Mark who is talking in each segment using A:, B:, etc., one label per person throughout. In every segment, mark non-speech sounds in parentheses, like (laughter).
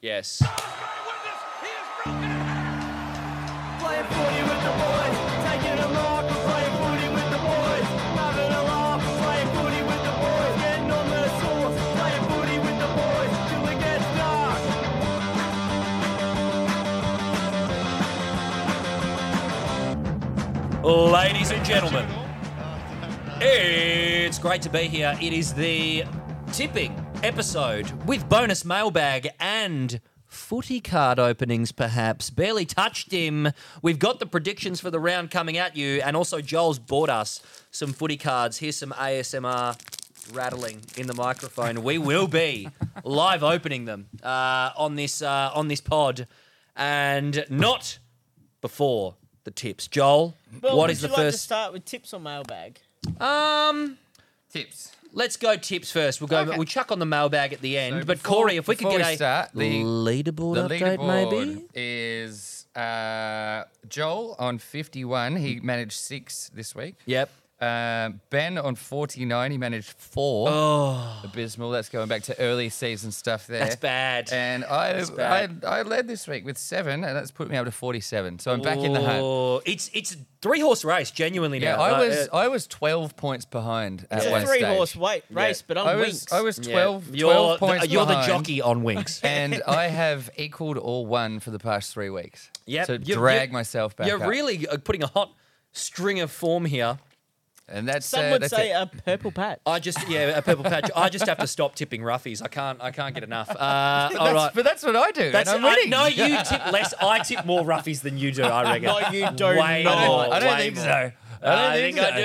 A: Yes.
B: Playing footy with the boys, taking a mark, playing footy with the boys, having a laugh, playing footy with the boys, getting on the source, playing footy with the boys, till it gets dark.
A: Ladies and gentlemen, it's great to be here. It is the tipping episode with bonus mailbag and footy card openings, perhaps. Barely touched him. We've got the predictions for the round coming at you, and also Joel's bought us some footy cards. Here's some ASMR rattling in the microphone. We will be live opening them uh, on this uh, on this pod, and not before the tips. Joel,
C: Well,
A: what
C: would
A: is
C: you
A: the
C: like to
A: first?
C: start with tips or mailbag?
A: um,
D: Tips.
A: let's go tips first. We'll go.
D: Okay.
A: We'll chuck on the mailbag at the end.
D: So
A: but
D: before-
A: Corey, if we could
D: before
A: get
D: we
A: a
D: start, the-
A: leaderboard
D: The
A: update,
D: leaderboard
A: maybe.
D: is uh, Joel on 51. He managed six this week.
A: Yep.
D: Uh, ben on 49. He managed four.
A: Oh,
D: Abysmal. That's going back to early season stuff there.
A: that's bad.
D: And I,
A: bad.
D: I I led this week with seven, and that's put me up to 47. So I'm back in the hunt.
A: Oh, It's it's a three horse race. Genuinely
D: Yeah,
A: now.
D: I
A: Like,
D: was
A: uh,
D: I was 12 points behind at
C: It's
D: one
C: a three
D: stage.
C: horse weight race, but I'm
D: I was
C: winks.
D: I was
A: yeah.
D: 12,
A: You're
D: 12
A: the-
D: points
A: You're the
D: behind.
A: jockey on wings. (laughs)
D: (laughs) and I have equaled or won for the past three weeks.
A: Yep.
D: To
A: You- you-
D: drag myself back.
A: You're
D: up.
A: really uh, putting a hot string of form here.
D: And that's
C: Some
D: uh,
C: would
D: that's
C: say
D: it.
C: a purple patch.
A: I just yeah, a purple patch. I just have to stop tipping roughies. I can't I can't get enough. Uh, all
D: (laughs) That's-
A: right.
D: But that's what I do.
A: That's,
D: and I'm
A: I,
D: winning.
A: no, you tip less. I tip more roughies than you do. I
D: (laughs)
A: reckon.
C: No, you do
A: Way
C: not.
D: I
A: more,
D: don't, I don't
A: Oh, way
D: think
A: more.
D: so. I don't
A: I think
D: so.
A: I Uh, do. Oh,
C: No,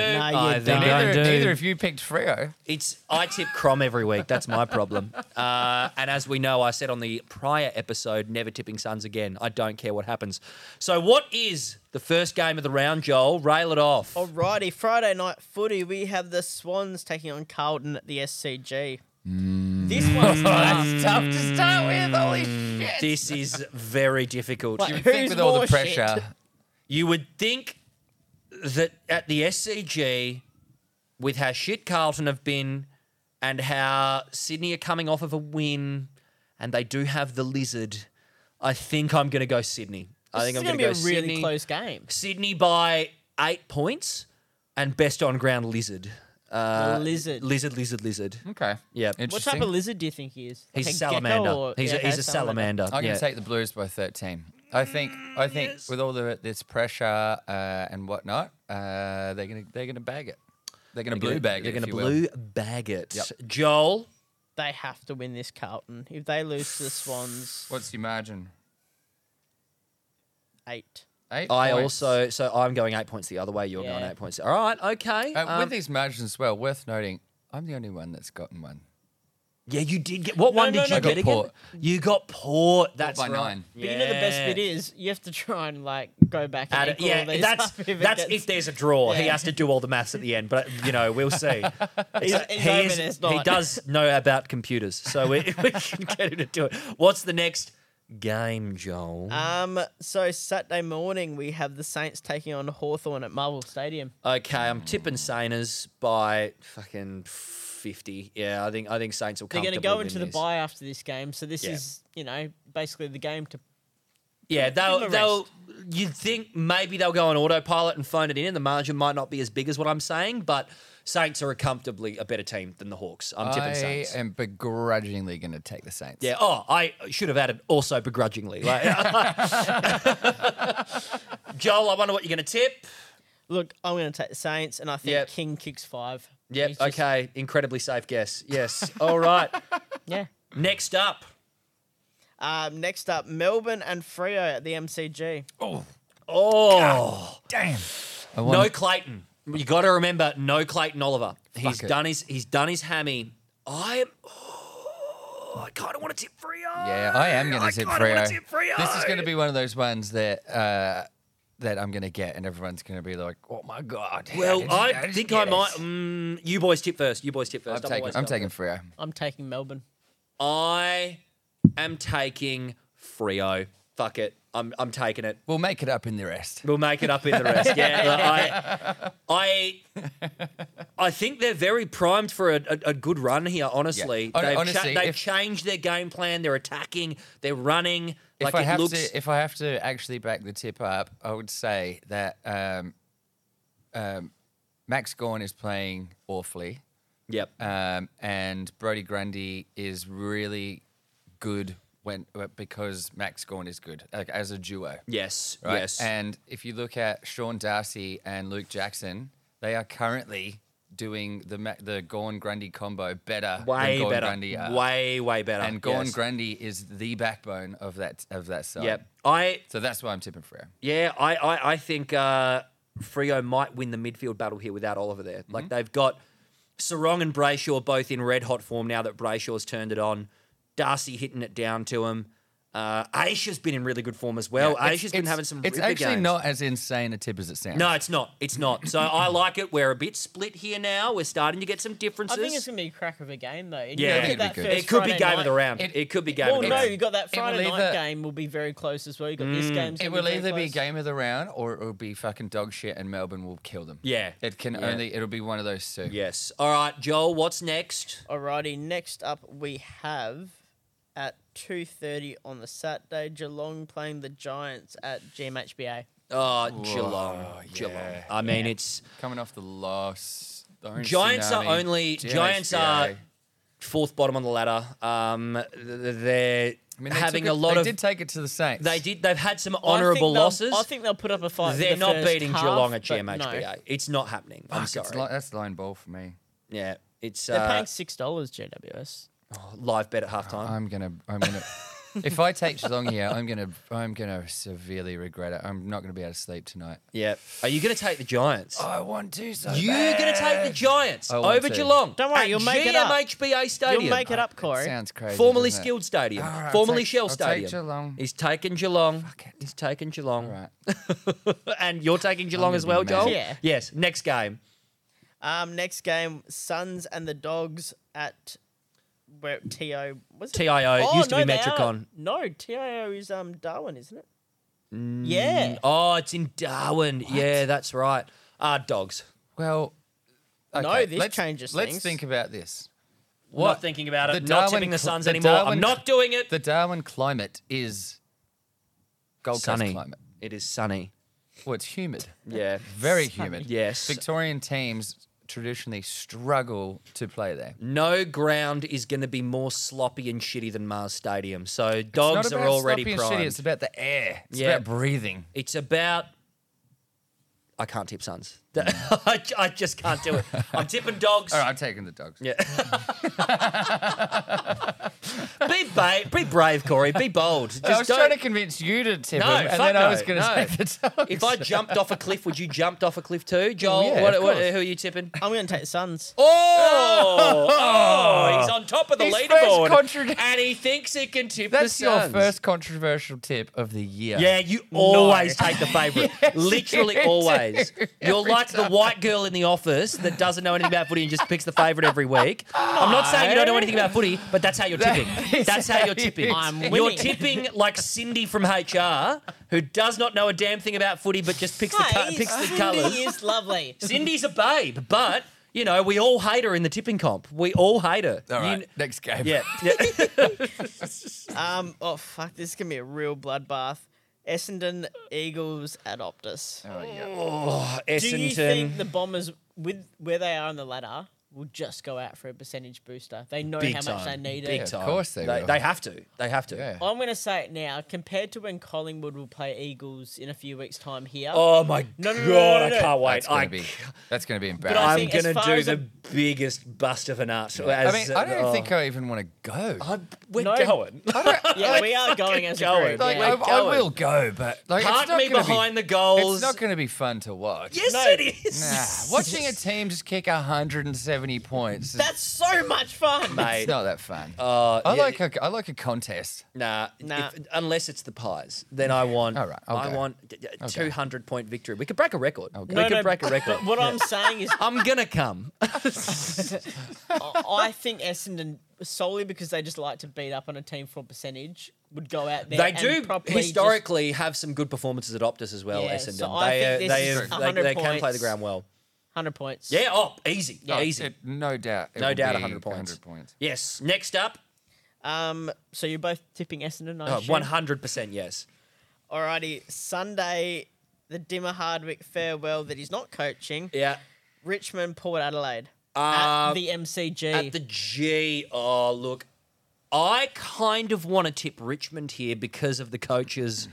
A: I
C: you
A: think I
C: don't.
A: do.
D: Neither, neither of you picked Freo.
A: It's I tip Crom every week. That's my problem. (laughs) Uh, and as we know, I said on the prior episode, never tipping Suns again. I don't care what happens. So, what is the first game of the round, Joel? Rail it off.
C: Alrighty, Friday night footy. We have the Swans taking on Carlton at the SCG. This one's (laughs) tough.
D: That's tough to start with. Holy shit.
A: Mm. This is very difficult.
C: Like,
A: You-
D: Think
C: who's
D: with all
C: more
D: the
C: shit?
D: pressure.
A: You would think that at the SCG, with how shit Carlton have been and how Sydney are coming off of a win and they do have the lizard, I think I'm going to go Sydney. I think I'm
C: This is
A: going to
C: be
A: go
C: a really
A: Sydney.
C: close game.
A: Sydney by eight points and best on ground lizard. Uh,
C: lizard. Hmm.
A: Lizard, lizard, lizard.
D: Okay.
A: Yeah. What type
C: What
D: Interesting.
C: type of lizard do you think he is?
A: He's a
C: Like gecko
A: salamander.
C: or-
A: he's,
C: yeah,
A: a, he's
C: okay,
A: a salamander.
D: I'm
A: yeah.
D: going to take the Blues by 13. I think. I think with all the this pressure uh, and whatnot, uh, they're going to they're going to bag it. They're going to blue
A: They're
D: bag
A: They're
D: it.
A: gonna
D: if you will.
A: blue bag it.
D: Yep.
A: Joel,
C: They have to win this Carlton. If they lose to the Swans,
D: What's your margin?
C: eight.
D: Eight.
A: I
D: points.
A: also so I'm going eight points the other way. You're going
C: Yeah.
A: eight points. All right, okay.
D: Uh,
A: um,
D: with these margins as well, worth noting, I'm the only one that's gotten one.
A: yeah, you did get. What one
C: no,
A: did you
C: no, I
D: got
A: get again?
D: Port.
A: You got port. That's
D: by
A: right.
D: nine.
C: But you know the best
A: Yeah.
C: bit is you have to try and like go back and
A: Add it-
C: equal all
A: yeah,
C: these
A: that's
C: (laughs) up it
A: that's
C: gets-
A: if there's a draw. He
C: Yeah.
A: has to do all the maths at the end, but you know
C: (laughs)
A: we'll see. He's-
C: He's- he's
A: he
C: over
A: is-
C: this
A: he
C: night.
A: does know about computers, so we, (laughs) we can get him to do it. What's the next game, Joel?
C: Um, so Saturday morning we have the Saints taking on Hawthorn at Marvel Stadium.
A: okay, I'm tipping Saners by fucking fifty. Yeah, I think I think Saints will.
C: They're going to
A: comfortably
C: go
A: win
C: into the
A: this.
C: bye after this game, so this
A: Yeah.
C: is you know basically the game to.
A: Yeah, they'll
C: them a
A: they'll. You'd think maybe they'll go on autopilot and phone it in, and the margin might not be as big as what I'm saying, but Saints are comfortably a better team than the Hawks. I'm tipping
D: I
A: Saints.
D: am begrudgingly going to take the Saints.
A: Yeah. Oh, I should have added also begrudgingly. Like, (laughs) Joel, I wonder what you're going to tip.
C: Look, I'm going to take the Saints, and I think
A: Yep.
C: King kicks five.
A: Yep.
C: He's just-
A: Okay. Incredibly safe guess. Yes. All right. (laughs)
C: Yeah.
A: Next up.
C: Um, next up, Melbourne and Freo at the MCG.
A: Oh,
D: Damn. I want
A: no Clayton. You got to remember, no Clayton Oliver. He's
D: Fuck it.
A: done his. He's done his hammy. I. Oh, I kind of want to tip Frio.
D: Yeah, I am going to tip
A: kinda wanna tip
D: Freo. This is
A: Freo.
D: going to be one of those ones that uh, that I'm going to get, and everyone's going to be like, "Oh my god!" how
A: Well,
D: did you- how
A: I
D: did you
A: think
D: get
A: I might.
D: this?"
A: Mm, you boys tip first. You boys tip 1st
D: I'm taking. I'm taking Freo.
C: I'm taking Melbourne.
A: I am taking Frio. fuck it. I'm I'm taking it.
D: We'll make it up in the rest.
A: We'll make it up in the
D: (laughs)
A: rest. Yeah, I, I, I think they're very primed for a, a, a good run here. Honestly,
D: Hon-
A: they've,
D: honestly,
A: they've
D: if-
A: changed their game plan. They're attacking. They're running.
D: If
A: Like
D: I
A: it
D: have
A: looks.
D: to, if I have to actually back the tip up, I would say that um, um, Max Gorn is playing awfully,
A: yep.
D: um, and Brody Grundy is really good when uh, because Max Gorn is good like as a duo.
A: Yes.
D: right?
A: Yes.
D: And if you look at Sean Darcy and Luke Jackson, they are currently doing the Ma- the Gorn Grundy combo better
A: way
D: than Gorn
A: better.
D: Grundy are.
A: Way way better.
D: and Gorn
A: yes.
D: Grundy uh, is the backbone of that of that side.
A: Yep. I
D: So that's why I'm tipping for him.
A: Yeah, I I, I think uh, Frio might win the midfield battle here without Oliver there. Like
D: Mm-hmm.
A: they've got Sarong and Brayshaw both in red hot form now that Brayshaw's turned it on. Darcy hitting it down to him. Uh, Aisha's been in really good form as well.
D: It's-
A: Oh, Aisha's been
D: it's-
A: having some.
D: It's
A: ripper
D: actually
A: games.
D: not as insane a tip as it sounds.
A: No, it's not. It's not. So I like it. We're a bit split here now. We're starting to get some differences.
C: I think it's gonna be a crack of a game though. And you
A: yeah,
D: I
C: look at
D: think it'd
C: that
D: be good.
C: first
A: it could be
C: Friday
A: game of the
C: night-
A: round. It,
D: It-
A: could be game
C: Well,
A: of the
C: no,
A: round. Mm.
C: you got that
D: It will
C: Friday night
D: either-
C: game will be very close as well. You got this game's
D: It
C: gonna
D: will
C: be very
D: either be
C: close.
D: game of the round or it will be fucking dog shit and Melbourne will kill them.
A: Yeah.
D: It can
A: Yeah.
D: only it'll be one of those two.
A: Yes. All right, Joel. What's next?
C: Alrighty, next up we have at two thirty on the Saturday, Geelong playing the Giants at GMHBA.
A: Oh, Geelong. Geelong.
D: yeah.
A: I mean, it's
D: Coming off the loss. don't
A: Giants are
D: tsunami,
A: only- Giants are-
D: GHBA.
A: fourth bottom on the ladder. Um, th- th- they're
D: I mean, they
A: having
D: took
A: a
D: it-
A: lot
D: they
A: of.
D: did take it to the Saints.
A: they did. They've had some
C: I think
A: honourable
C: they'll-
A: losses.
C: I think they'll put up a fight. for
A: they're
C: the
A: not
C: first
A: beating
C: half,
A: Geelong at
C: but no.
A: GMHBA. It's not happening. I'm
D: Fuck, it's
A: sorry.
D: li- that's line ball for me.
A: yeah, it's
C: They're
A: uh,
C: paying six dollars GWS.
A: live bet at halftime.
D: I'm gonna.
A: (laughs)
D: I'm gonna. if I take Geelong here, I'm gonna. I'm gonna severely regret it. I'm not gonna be able to sleep tonight.
A: yeah. Are you going to take the Giants?
D: I want to. So
A: You're going to take the Giants
D: Oh, I want
A: over
D: to.
A: Geelong.
C: Don't worry,
A: at
C: you'll make it up.
A: GMHBA Stadium.
C: You'll make it up, Corey.
D: Sounds crazy.
A: Formerly
D: doesn't it?
A: Skilled Stadium.
D: All right, I'll
A: formerly
D: take-
A: Shell
D: I'll
A: Stadium. (laughs)
D: take Geelong.
A: He's taken Geelong.
D: Fuck it.
A: He's taken Geelong.
D: All right.
A: (laughs) and you're taking Geelong
D: gonna
A: as well,
D: be mad.
A: Joel?
C: Yeah.
A: Yes. Next game.
C: Um, next game, Suns and the Dogs at where TO was it? Oh,
A: TIO. It used to be
C: they
A: Metricon.
C: are- No, TIO is um Darwin, isn't it?
A: Mm.
C: Yeah.
A: Oh, it's in Darwin. Yeah, that's right.
D: Ah,
A: Uh, dogs.
D: Well.
C: No,
D: okay,
C: this
D: let's,
C: changes
D: Let's
C: things.
D: think about this.
A: What? Not thinking about
D: The
A: it. not
D: Darwin
A: tipping the
D: cl-
A: Suns
D: the
A: anymore. I'm
D: Darwin
A: not doing it.
D: The Darwin climate is Gold Coast climate.
A: It is sunny.
D: Well, it's humid.
A: Yeah.
D: Very humid.
A: Yes.
D: Victorian teams traditionally struggle to play there.
A: No ground is going to be more sloppy and shitty than Mars Stadium. So dogs
D: it's not
A: are
D: about
A: already
D: sloppy and shitty,
A: primed.
D: It's about the air. It's
A: Yeah.
D: about breathing.
A: It's about. I can't tip
D: (laughs)
A: Suns. I, I just can't do it. I'm tipping dogs.
D: Mm. All right, I'm taking the dogs.
A: Yeah. (laughs) be, ba- be brave, Corey. Be bold. Just
D: I was
A: don't-
D: trying to convince you to tip
A: No,
D: him,
A: fuck
D: and then
A: no,
D: I was going to
A: no.
D: take the dogs.
A: If I jumped off a cliff, would you jumped off a cliff too, Joel?
D: yeah,
A: what,
D: of
A: what-
D: course.
A: who are you
D: (laughs)
A: tipping?
C: I'm gonna take the Suns.
A: Oh, oh, he's on top of the
D: His first
A: leaderboard,
D: contradic-
A: and he thinks it can tip
D: That's
A: the
D: your
A: Suns.
D: first controversial tip of the year.
A: Yeah, you always take the (laughs) favourite. Literally
D: you do.
A: always. You're like the white girl in the office that doesn't know anything about footy and just picks the favourite every week. I'm not saying you don't know anything about footy, but that's how you're tipping.
D: is
A: That's how
D: how
A: you're
D: you
A: tipping.
C: I'm
A: You're
C: winning.
A: tipping like Cindy from HR, who does not know a damn thing about footy, but just picks the co-
C: Hey,
A: picks the
C: Cindy
A: colours. (laughs)
C: is lovely.
A: Cindy's a babe, but you know we all hate her in the tipping comp. We all hate her.
D: All right,
A: You-
D: next game.
A: yeah, yeah. (laughs)
C: Um, oh fuck, this is gonna be a real bloodbath. Essendon Eagles at Optus.
D: (laughs) Oh, yeah.
C: Do you
A: Essendon.
C: think the Bombers, with where they are on the ladder, will just go out for a percentage booster? They know
A: Big
C: how much
A: time.
C: they need
A: Big
C: it.
A: time.
D: course they will.
A: They have to. They have to.
D: Yeah.
C: I'm gonna say it now. Compared to when Collingwood will play Eagles in a few weeks' time here,
A: Oh my
C: No, no,
A: god!
C: no, no, no,
A: I
C: no.
A: can't wait.
D: That's
A: I,
D: gonna be that's gonna be
C: I
D: embarrassing.
A: I'm
C: think as
A: gonna
C: far
A: do
C: as
A: the
C: a-
A: biggest bust of an arse.
D: I mean, I don't think I even want to go. I,
A: I'm, we're
C: No.
A: going.
C: yeah, we are going as a
A: going.
C: group.
A: Like,
C: yeah.
D: I,
A: we're
D: I
A: going.
D: will go, but like, it's
A: Park
D: not
A: me
D: gonna
A: behind
D: be,
A: the goals.
D: It's not going to be fun to watch.
A: yes,
C: No.
A: it is.
D: Nah, watching a team just kick 170 points.
C: (laughs)
D: is-
C: That's so much fun.
A: Mate.
D: it's not that fun.
A: Uh,
D: I
A: yeah,
D: like a, I like a contest.
A: nah,
C: Nah.
A: if- unless it's the pies, then I want.
D: All right, I'll
A: I
D: go.
A: want a 200 point victory. We could break a record. We
C: No,
A: could
C: no,
A: break a
C: but-
A: record.
C: But what I'm saying is,
A: I'm gonna come.
C: I I think Essendon solely because they just like to beat up on a team for percentage would go out
A: (laughs)
C: there.
A: They
C: and
A: do
C: properly just-
A: historically have some good performances at Optus as well.
C: Yeah,
A: S and
C: so I
A: they,
C: think
A: uh,
C: this
A: they,
C: is
A: have- they,
C: 100
A: they can play the
C: points.
A: ground well.
C: hundred points.
A: Yeah. Oh, easy.
C: Yeah.
A: Yeah, easy.
D: It- no doubt. it
A: No
D: will
A: doubt
D: be
A: 100 points.
D: 100 points.
A: yes. Next up,
C: Um. So you're both tipping Essendon. I
A: oh,
C: assume?
A: 100 percent. Yes.
C: Alrighty. Sunday, the Dimmer Hardwick farewell that he's not coaching.
A: Yeah.
C: Richmond, Port Adelaide.
A: Uh,
C: at the MCG.
A: At the G, oh look, I kind of want to tip Richmond here because of the coaches.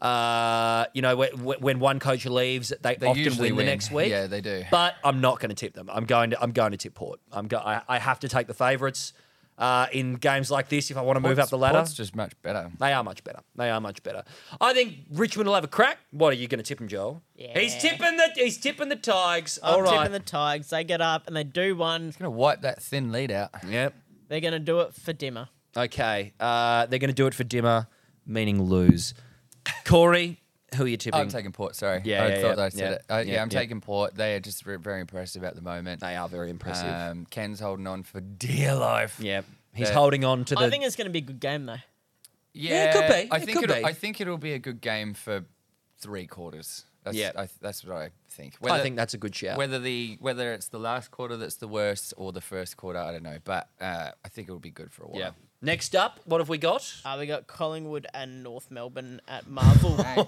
A: Uh, you know, when, when one coach leaves, they,
D: They
A: often
D: usually
A: win, the next week.
D: Yeah, they do.
A: But I'm not going to tip them. I'm going to I'm going to tip Port. I'm go- I, I have to take the favourites uh, in games like this if I want to move up the ladder.
D: It's just much better.
A: They are much better. They are much better. I think Richmond will have a crack. What are you going to tip him, Joel? He's
C: Yeah.
A: tipping the he's tipping the Tigers.
C: I'm
A: All right.
C: tipping the Tigers. They get up and they do one.
D: Gonna wipe that thin lead out.
A: yep.
C: They're going to do it for Dimmer.
A: Okay. Uh, they're going to do it for dimmer, meaning lose. Corey, who are you tipping?
D: I'm taking Port. Sorry,
A: Yeah,
D: I
A: yeah,
D: thought
A: yeah,
D: I said
A: yeah,
D: it. Uh, yeah,
A: yeah,
D: I'm
A: yeah.
D: taking Port. They are just ve- very impressive at the moment.
A: they are very impressive.
D: Um, Ken's holding on for dear life.
A: Uh, yeah. He's
D: they're-
A: holding on to the.
C: I think it's going to be a good game though.
A: Yeah, it could be.
D: I
A: It
D: think
A: could
D: it'll,
A: be.
D: I think it'll be a good game for three quarters. That's,
A: Yeah.
D: I, that's what I think.
A: I think that's a good shout.
D: whether the whether it's the last quarter that's the worst or the first quarter, I don't know. But uh, I think it'll be good for a while.
A: yeah. Next up, what have we got?
C: Uh, we got Collingwood and North Melbourne at Marvel.
D: Hey,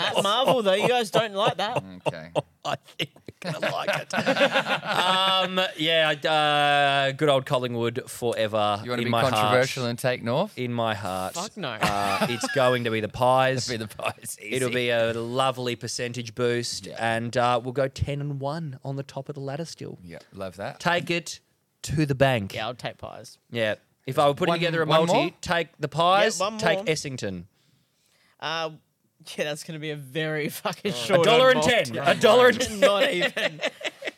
C: at Marvel though, you guys don't like that.
A: (laughs)
D: okay.
A: I think we're (laughs) gonna like it. um, yeah, uh, good old Collingwood forever.
D: You want
A: in
D: to be
A: my heart.
D: controversial and take North?
A: in my heart.
C: Fuck no.
A: Uh, it's going to be the pies.
D: Be the prize.
A: It'll be a lovely percentage boost,
D: Yeah.
A: and uh, we'll go ten and one on the top of the ladder still.
D: Yeah, love that.
A: Take it to the bank.
C: Yeah, I'll take pies.
A: Yeah. If I were putting
D: One-
A: together a
D: one
A: multi,
D: more?
A: take the pies,
C: Yeah, one
A: take
C: more.
A: Essington.
C: Uh, yeah, that's going to be a very fucking
A: Oh. A
C: short.
A: dollar and
C: on
A: ten.
C: (laughs) Bolt.
A: A dollar and (laughs) ten.
C: Not even.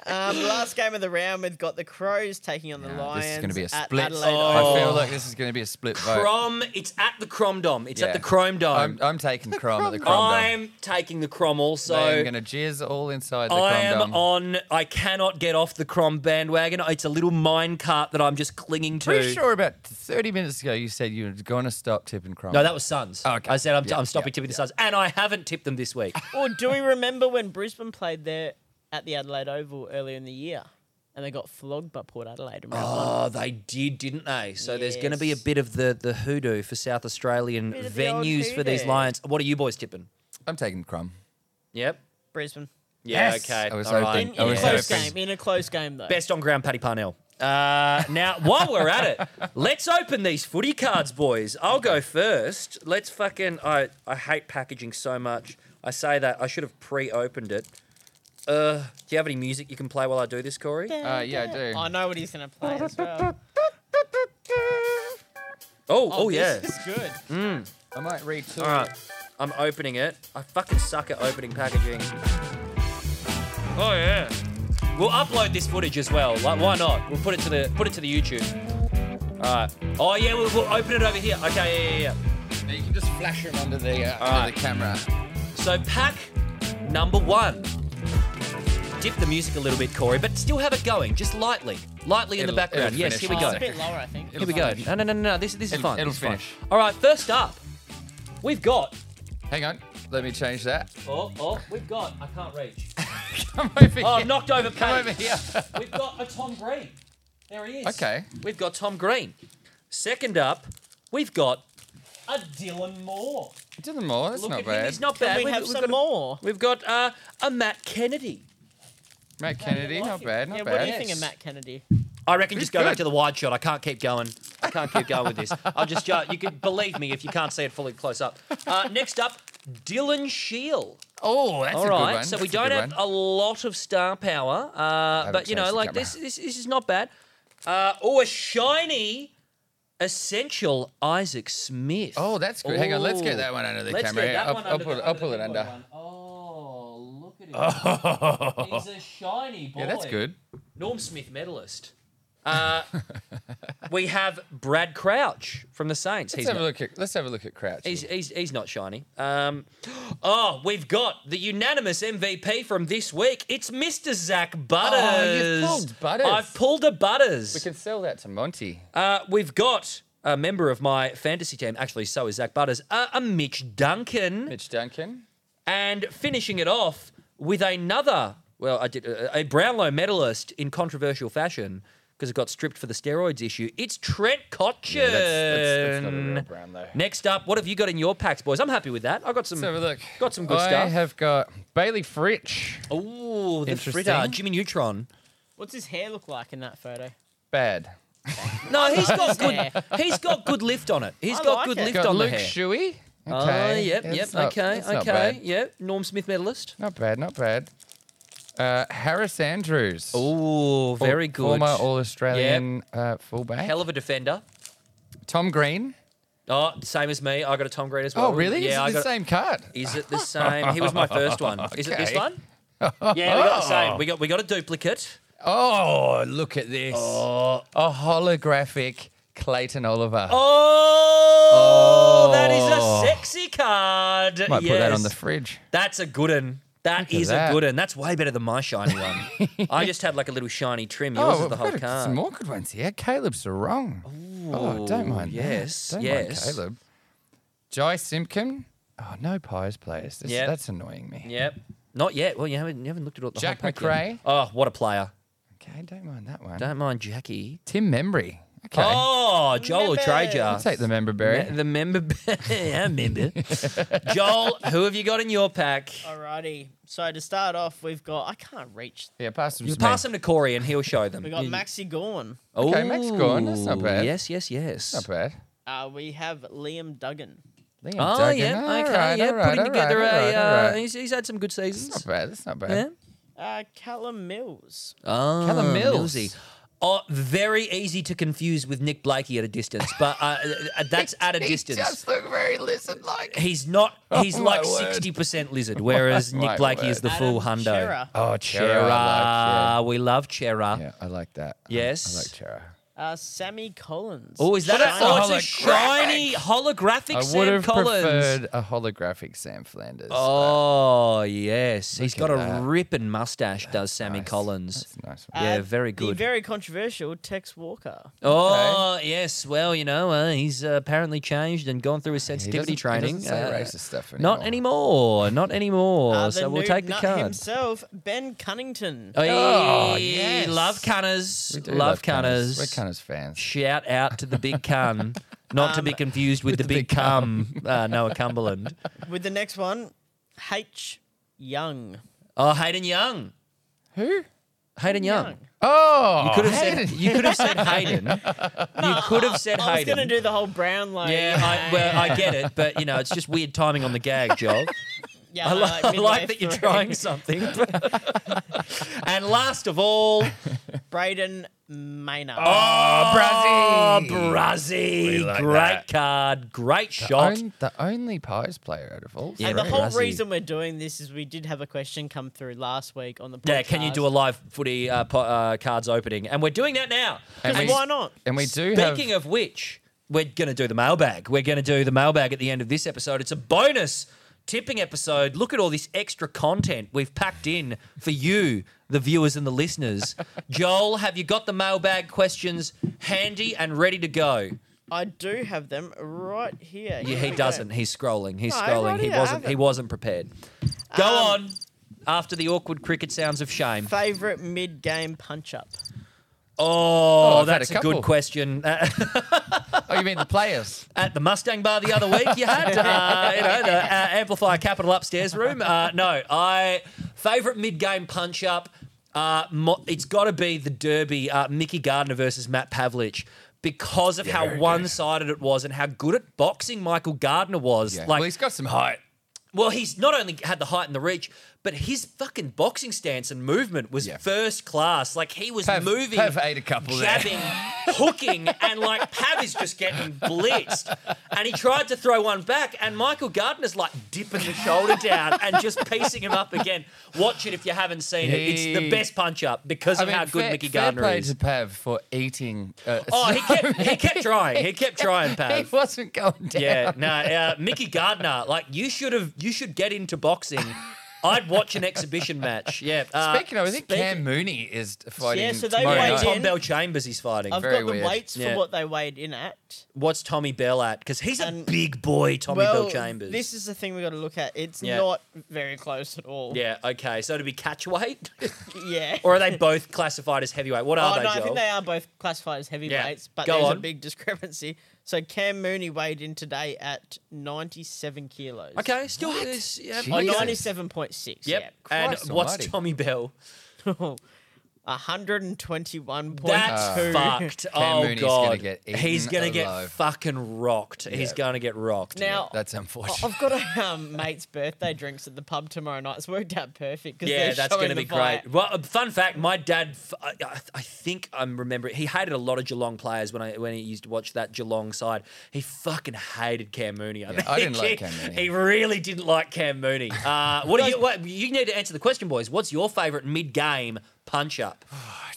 C: Um, last game of the round, we've got the Crows taking on the
D: Yeah,
C: Lions.
D: Uh, this is going to be a
C: at
D: split.
C: Adelaide
A: Oh.
D: I
C: Oval.
D: feel like this is going to be a split vote.
A: Crom. It's at the Crom Dom. It's at
D: Yeah.
A: the Chrome
D: I'm,
A: Dome.
D: I'm taking Crom at the Crom Dome.
A: I'm taking the Crom also.
D: I'm going to jizz all inside the
A: I
D: Crom
A: am
D: Dome.
A: on. I cannot get off the Crom bandwagon. It's a little mine cart that I'm just clinging to.
D: Pretty sure about 30 minutes ago you said you were going to stop tipping Crom.
A: No, that was Suns.
D: Oh, okay.
A: I said I'm,
D: Yeah,
A: I'm stopping
D: yeah,
A: tipping the Suns, and I haven't tipped them this week.
C: Or Oh, do we remember when Brisbane played there at the Adelaide Oval earlier in the year, and they got flogged by Port Adelaide? in round one?
A: oh, they did, didn't they? So there's going to be a
C: Yes.
A: bit of the the hoodoo for South Australian
C: Bit of the old
A: venues for these
C: hoodoo.
A: Lions. What are you boys tipping?
D: I'm taking Crom.
A: Yep.
C: Brisbane.
A: Yeah.
D: Yes.
A: Okay.
D: I was
A: All right.
C: In,
D: hoping-
C: in
D: I
C: a
D: was
C: close
D: hoping-
C: game. In a close game though.
A: Best on ground, Paddy Parnell. Uh, now, while we're at it, let's open these footy cards, boys. I'll go first. Let's fucking. I, I hate packaging so much. I say that. I should have pre opened it. Uh, do you have any music you can play while I do this, Corey?
D: Uh, yeah, I do.
C: I know what he's going to play as well.
A: Oh, oh, yeah.
C: This is good.
D: I might read two.
A: All right. I'm opening it. I fucking suck at opening packaging. Oh yeah. We'll upload this footage as well. Like, why not? We'll put it to the put it to the YouTube. All right. Oh yeah, we'll, we'll open it over here. Okay, yeah, yeah, yeah.
D: You can just flash them under the, uh,
A: All
D: under the camera.
A: So pack number one. Dip the music a little bit, Corey, but still have it going, just lightly, lightly in the
D: It'll-
A: background.
D: it'll
A: Yes, here
D: finish
A: we
D: in
C: Oh,
A: go.
C: it's a bit lower, I think.
A: Here we go. No, no, no, no. no, This this is
D: It'll-
A: fun.
D: it'll
A: this is fun.
D: finish.
A: All right. First up, we've got.
D: Hang on. Let me change that. (laughs)
A: Oh, oh, we've got. I can't reach.
D: Come over
A: Oh,
D: here.
A: I've knocked over
D: Come
A: Paddy.
D: over here. (laughs)
A: We've got a Tom Green. There he is.
D: Okay.
A: We've got Tom Green. Second up, we've got a Dylan Moore.
D: Do them more. That's
A: Look
D: not
A: at
D: bad.
A: him. He's not
C: Can
A: bad.
C: we
A: We've-
C: have
A: we've
C: some
A: got a-
C: more?
A: We've got uh, a Matt Kennedy.
D: Matt Kennedy,
A: like
D: not
A: it.
D: bad, not
C: Yeah,
D: bad.
C: what do you think
A: Yes.
C: of Matt Kennedy?
A: I reckon just
D: He's
A: go back
D: good.
A: to the wide shot. I can't keep going. I can't keep going with this. I'll just uh, you can believe me if you can't see it fully close up. Uh, next up, Dylan Sheil.
D: Oh, that's
A: All
D: a
A: right,
D: good one.
A: so we
D: That's a good
A: don't have
D: one.
A: a lot of star power, uh, but you
D: changed
A: know,
D: the
A: like
D: camera.
A: this, this, this is not bad. Uh, oh, a shiny essential Isaac Smith.
D: Oh, that's good. Hang on, let's
A: Ooh.
D: get that one under the
A: Let's
D: camera.
A: get
D: Yeah,
A: that
D: I'll,
A: one
D: I'll
A: under
D: pull
A: the-
D: it. I'll pull it
A: the
D: under.
A: big one. Oh, look at him.
D: (laughs)
A: He's a shiny boy.
D: Yeah, that's good.
A: Norm Smith medalist. Uh, (laughs) we have Brad Crouch from the Saints.
D: Let's
A: he's
D: have a
A: not,
D: look at let's have a look at Crouch.
A: he's, he's, he's not shiny. Um, oh, we've got the unanimous MVP from this week. It's Mr. Zach Butters.
D: Oh, you've pulled Butters.
A: I've pulled a Butters.
D: we can sell that to Monty.
A: Uh, we've got a member of my fantasy team, actually, so is Zach Butters, uh, a Mitch Duncan.
D: Mitch Duncan.
A: And finishing it off with another, well, I did uh, a Brownlow medalist in controversial fashion because it got stripped for the steroids issue. It's Trent Cotchin.
D: Yeah, that's, that's, that's not a real brand though.
A: Next up, what have you got in your packs, boys? I'm happy with that. I got some.
D: Let's have a look.
A: Got some good
D: I
A: stuff.
D: have got Bailey Fritch.
A: Ooh, the
D: Interesting.
A: fritter, Jimmy Neutron.
C: What's his hair look like in that photo?
D: Bad.
A: No, he's got
C: Yeah.
A: good. He's got good lift on it. He's
C: I
A: got
C: like
A: good
C: it.
A: lift
D: got
A: on
D: Luke
A: the hair.
D: Shuey. Okay.
A: Oh, yep,
D: That's
A: yep,
D: not-
A: okay,
D: that's not
A: okay,
D: bad.
A: yep. Norm Smith medalist.
D: Not bad, not bad. Uh, Harris Andrews.
A: Ooh,
D: For-
A: very good.
D: Former All Australian uh, fullback.
A: Hell of a defender.
D: Tom Green.
A: Oh, same as me. I got a Tom Green as well.
D: Oh, really?
A: Yeah, I
D: Is it the
A: got.
D: same card?
A: Is it the same? He was my first (laughs) one. Is it this
D: Okay.
A: one? Yeah, we got the same. We got we got a duplicate.
D: Oh, look at this.
A: Oh,
D: A holographic Clayton Oliver.
A: oh, that is
D: Oh.
A: a sexy card.
D: Might
A: yes.
D: put that on the fridge.
A: That's a good one. That
D: at
A: is
D: that.
A: a good one. That's way better than my shiny one.
D: (laughs)
A: I just had like a little shiny trim. Yours
D: Oh,
A: is the
D: we've
A: whole
D: got
A: card.
D: some more good ones here. Caleb's wrong. Oh, don't
A: Ooh,
D: mind. that.
A: yes,
D: don't
A: yes.
D: Mind Caleb. Jai Simpkin. Oh, no pies, players. This,
A: Yep.
D: That's annoying me.
A: Yep. Not yet. Well, you haven't you haven't looked at all the
D: Jack
A: whole pack yet.
D: McRae.
A: Oh, what a player!
D: Okay, don't mind that one.
A: Don't mind Jackie.
D: Tim Membry. Okay.
A: Oh, Joel
C: Member.
A: Trager.
D: I'll take the member berry.
A: The member, (laughs) I
D: (laughs)
A: member. Joel, who have you got in your pack?
C: Alrighty. So to start off, we've got I can't reach.
D: Yeah, pass them
A: You
D: to me.
A: pass them to Corey and he'll show them.
C: We got
A: You-
C: Maxi Gorn.
A: Ooh,
D: Max Gorn, that's not bad.
A: Yes, yes, yes.
D: Not bad.
C: Uh, we have Liam Duggan.
D: Liam
A: Oh
D: Duggan.
A: yeah,
D: All
A: okay,
D: right,
A: yeah.
D: all right,
A: Putting
D: all right,
A: together
D: all
A: a.
D: right, all
A: uh,
D: right.
A: he's, he's had some good
D: That's
A: seasons.
D: not bad. That's not bad.
A: Yeah.
C: Uh, Callum Mills.
A: Oh,
D: Callum Mills.
A: Millsy. Oh, very easy to confuse with Nick Blakey at a distance, but uh, uh, that's at a
D: He
A: distance.
D: just look very lizard like.
A: He's not. He's
D: my
A: like
D: word.
A: sixty percent lizard, whereas
D: My
A: Nick Blakey is
D: word.
A: the full
C: Adam
A: hundo.
C: Shearer.
D: Oh, Chera. I
A: Chera, we love Chera.
D: like Chera. Yeah, I like that. I-
A: Yes.
D: I like Chera.
C: Uh, Sammy Collins.
A: Oh, is that
D: But that's
A: a,
D: a
A: oh, it's a shiny holographic
D: I would
A: Sam
D: have
A: Collins?
D: preferred a holographic Sam Flanders. but
A: Oh yes, he's
D: Look
A: got a
D: at that.
A: ripping mustache. Does Sammy
D: nice.
A: Collins?
D: That's a nice
C: Uh,
D: one.
A: yeah, very
C: The
A: good.
C: very controversial Tex Walker.
A: Oh yes, well you know uh, he's uh, apparently changed and gone through his sensitivity
D: he
A: training.
D: doesn't say
A: Uh,
D: racist stuff anymore.
A: not anymore. Not anymore.
C: Uh, the
A: so we'll
C: noob
A: take the
C: nut
A: card.
C: himself, Ben Cunnington.
A: Oh,
D: yes.
A: Love cunners.
D: We do
A: Love, cunners.
D: We're Cunners fans.
A: Shout out to the
D: (laughs)
A: big cun. Not to
C: Um,
A: be confused with, the, big, cum, uh, Noah Cumberland.
C: With the next one, H. Young.
A: Oh, Hayden Young.
D: Who?
A: Hayden Young.
D: Oh,
A: You could have said
D: Hayden.
A: you could have said Hayden. You could have said
C: (laughs) I was going to
A: Hayden.
C: do the whole brown line.
A: yeah, I, well, I get it, but you know it's just weird timing on the gag,
D: (laughs)
A: Joel.
C: yeah,
A: I,
C: no,
A: li- (laughs) I
C: midway
A: like that you're
C: through.
A: trying something. (laughs) and last of all,
C: Braden Maynard.
D: Oh,
A: oh,
D: Brazzy.
A: Brazzy,
D: like
A: great
D: that.
A: card, great shot.
D: Own- the only Pies player out of all.
A: Yeah,
C: and
D: three.
C: the whole
A: Brazzy.
C: reason we're doing this is we did have a question come through last week on the podcast.
A: Yeah, can you do a live footy uh, po- uh, cards opening? And we're doing that now.
D: And
C: Because
D: we-
C: why not?
D: And we do have.
A: Speaking of which, we're going to do the mailbag. We're going to do the mailbag at the end of this episode. It's a bonus tipping episode. Look at all this extra content we've packed in for you, the viewers and the
D: (laughs)
A: listeners. Joel, have you got the mailbag questions handy and ready to go?
C: I do have them right here.
A: Yeah,
C: Here
A: he
C: we go.
A: doesn't. He's scrolling. He's
D: Oh,
C: No,
A: scrolling. He
C: righty, I
A: wasn't. He
C: haven't.
A: wasn't prepared. Go
C: Um,
A: on. After the awkward cricket sounds of shame.
C: Favorite mid-game punch-up.
A: Oh,
D: I've had
A: that's
D: a
A: a, good
D: couple.
A: question. Uh,
D: oh, you mean
A: (laughs)
D: the players?
A: at the Mustang Bar the other week, you had, uh, you know, the uh, Amplifier Capital upstairs room. Uh, no, I favorite mid-game punch-up. Uh, mo- it's got to be the Derby, uh, Mickey Gardner versus Matt Pavlich. Because of how
D: very good.
A: one-sided it was and how good at boxing Michael Gardner was,
D: Yeah.
A: like
D: well, he's got some height.
A: Well, he's not only had the height and the reach, but his fucking boxing stance and movement was
D: Yeah.
A: first class. Like he was
D: Pav,
A: moving,
D: Pav ate a couple (laughs)
A: jabbing, hooking, and like Pav is just getting blitzed. And he tried to throw one back, and Michael Gardner's like dipping the shoulder down and just piecing him up again. Watch it if you haven't seen it. It's the
D: He-
A: best punch up because
D: there.
A: of how good
D: fair,
A: Mickey
D: fair
A: Gardner
D: play
A: is.
D: to Pav for eating. Uh,
A: (laughs) Oh, he
D: (laughs)
A: kept, he kept trying. He kept trying, Pav.
D: he wasn't going down.
A: Yeah, no, uh, Mickey Gardner, like you should have, you should get into boxing I'd watch an exhibition match. Yeah. uh,
D: Speaking of, I think
A: speaking-
D: Cam Mooney is fighting
C: Yeah, so they
D: tomorrow
C: weighed
D: night.
C: in.
A: Tom Bell Chambers he's fighting.
C: I've
D: Very
C: got the
D: weird.
C: weights
A: Yeah.
C: for what they weighed in at.
A: What's Tommy Bell at? Because he's a
C: And-
A: big boy, Tommy
C: well,
A: Bell Chambers.
C: this is the thing we got to look at. It's
A: Yeah.
C: not very close at all.
A: yeah. Okay. So to be catch weight,
C: yeah.
A: (laughs) or are they both classified as heavyweight? What are
C: Oh,
A: they,
C: no, I
A: Joel?
C: think they are both classified as heavyweights, but
A: Go
C: there's a
A: on.
C: big discrepancy. So Cam Mooney weighed in today at 97 kilos.
A: Okay. Still, is, yeah,
D: Jeez.
C: Oh,
A: I know-
D: Jesus.
C: 97.6.
A: Yep. and
D: Christ
A: what's
D: almighty.
A: Tommy Bell?
C: Yeah. 121.2.
A: That's
C: (laughs)
A: fucked.
D: Cam
A: oh
D: Mooney's
A: god,
D: gonna get eaten
A: he's gonna get
D: alive.
A: fucking rocked. He's
D: Yeah.
A: gonna get rocked.
C: Now,
D: That's
C: I-
D: unfortunate.
C: I've got a um, mate's birthday drinks at the pub tomorrow night. It's worked out perfect. 'cause
A: yeah,
C: they're
A: that's
C: going
A: gonna
C: to
A: be great. Well, uh, fun fact: my dad, f- I, I- I think I'm remembering. He hated a lot of Geelong players when I when he used to watch that Geelong side. He fucking hated Cam Mooney. I,
D: Yeah, I didn't
A: think (laughs)
D: like
A: he-
D: Cam Mooney.
A: He really didn't like Cam Mooney. Uh, what do
C: (laughs)
A: you? What, you need to answer the question, boys. What's your favourite mid-game punch
C: (laughs)
A: up?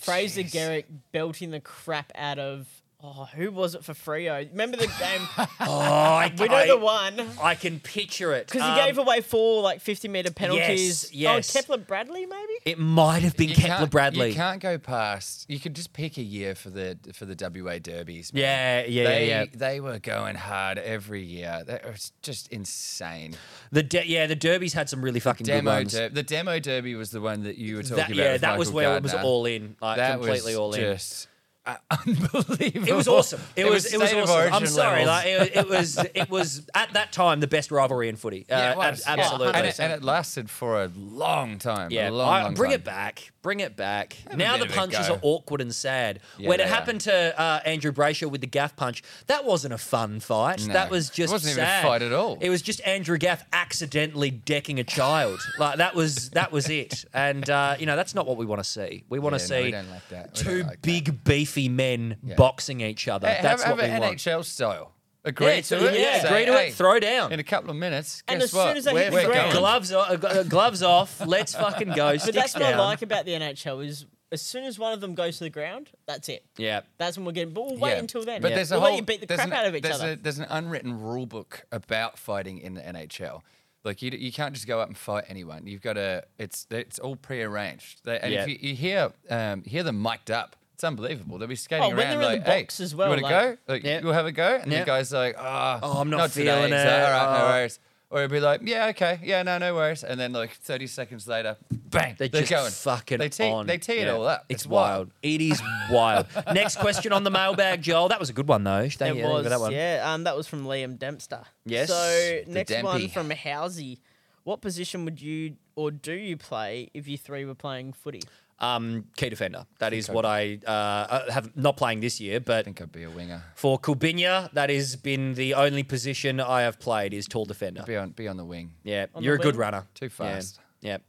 C: Fraser
D: Jeez.
C: Garrick belting the crap out of. Oh, who was it for Frio?
A: (laughs)
C: Remember the game?
A: Oh, (laughs) I,
C: we know
A: I-
C: the one.
A: I can picture it
C: Because he
A: Um,
C: gave away four like fifty meter penalties.
A: yes.
C: Oh, Kepler Bradley maybe.
A: It might have been
D: You
A: Kepler
D: can't-
A: Bradley.
D: You can't go past. You could just pick a year for the for the WA derbies. man.
A: Yeah, yeah,
D: they,
A: yeah, yeah.
D: they were going hard every year. That was just insane.
A: The de- yeah, the Derby's had some really fucking good
D: Demo
A: ones.
D: der- the demo derby was the one that you were talking
A: That-
D: about.
A: yeah,
D: with
A: that was
D: Michael
A: where it was
D: Gardner.
A: all in, like,
D: that
A: completely
D: was
A: all in.
D: Just uh, (laughs) unbelievable.
A: It was
D: (laughs)
A: awesome. It, was, it was
D: state of
A: awesome. I'm
D: origin
A: sorry,
D: levels.
A: like, it, it was it was at that time the best rivalry in footy. Uh,
D: Yeah, it
A: ab-
D: was. Yeah.
A: absolutely.
D: And it, and it lasted for a long time.
A: Yeah,
D: a long,
A: I-
D: long
A: bring
D: time.
A: it back. Bring it back.
D: a
A: now
D: bit
A: the
D: of a
A: punches
D: go.
A: are awkward and sad.
D: Yeah,
A: when it
D: they are.
A: happened to uh, Andrew Brayshaw with the gaff punch, that wasn't a fun fight.
D: No.
A: That was
D: It
A: just
D: wasn't even a
A: sad.
D: fight at all.
A: It was just Andrew Gaff accidentally decking a
D: (laughs)
A: child. like that was that was it. And uh, you know that's not what we want to see. We want
D: Yeah,
A: to
D: no, we
A: see
D: don't like that. We
A: two
D: don't like that.
A: big beefy men
D: Yeah.
A: boxing each other.
D: Hey,
A: that's
D: have,
A: what
D: have
A: we
D: an
A: want.
D: NHL style. Agree
A: Yeah,
D: to
A: so-
D: it.
A: yeah,
D: say,
A: agree to
D: hey,
A: it. Throw down.
D: In a couple of minutes.
C: And
D: guess
C: as
D: what?
C: soon as
D: (laughs)
C: they
D: We're
C: hit the
D: we're
C: ground-
D: going.
A: Gloves, o- uh, gloves off. Let's fucking go.
C: But
A: Sticks
C: that's what
A: down.
C: I like about the NHL is as soon as one of them goes to the ground, that's it.
A: Yeah.
C: That's when we're getting. But we'll wait
D: Yeah.
C: until then.
D: But
C: Yeah.
D: there's a
C: we'll
D: whole,
C: let you beat the
D: there's
C: crap
D: an,
C: out of each
D: there's
C: other.
D: A, there's an unwritten rule book about fighting in the NHL. Like you, you can't just go up and fight anyone. You've got to. It's it's all prearranged. They, and
A: Yeah.
D: if you, you hear um, hear them mic'd up, it's unbelievable. They'll be skating
C: Oh, when
D: around
C: they're
D: like,
C: in the box
D: hey,
C: as well,
D: You want to
C: like-
D: go? Like,
A: Yeah.
D: You'll have a go, and
A: Yeah.
D: the guy's like, ah,
A: Oh, I'm not
D: today,
A: feeling
D: so,
A: it.
D: all right, no
A: Oh."
D: worries. Or he'll be like, yeah, okay, yeah, no, no worries. And then like 30 seconds later, bang,
A: They're,
D: they're
A: just
D: going
A: fucking
D: They tee,
A: on.
D: They tee it
A: Yeah.
D: all up.
A: It's, wild. It is
D: (laughs)
A: wild. Next question on the mailbag, Joel. That was a good one, though. Thank
C: It
A: you
C: was
A: for that one.
C: yeah. Um, that was from Liam Dempster.
A: Yes,
C: So
D: the
C: next one
D: Dempy.
C: from Housey. What position would you or do you play if you three were playing footy?
A: Um, key defender. That is what I uh, uh, have not playing this year,
D: I
A: but
D: think I'd be a winger.
A: for Kulbinya, that has been the only position I have played is tall defender.
D: Be on, be on the wing.
A: Yeah,
C: On the
A: you're a good
C: wing?
A: runner.
D: Too
A: Yeah.
D: fast.
A: Yeah.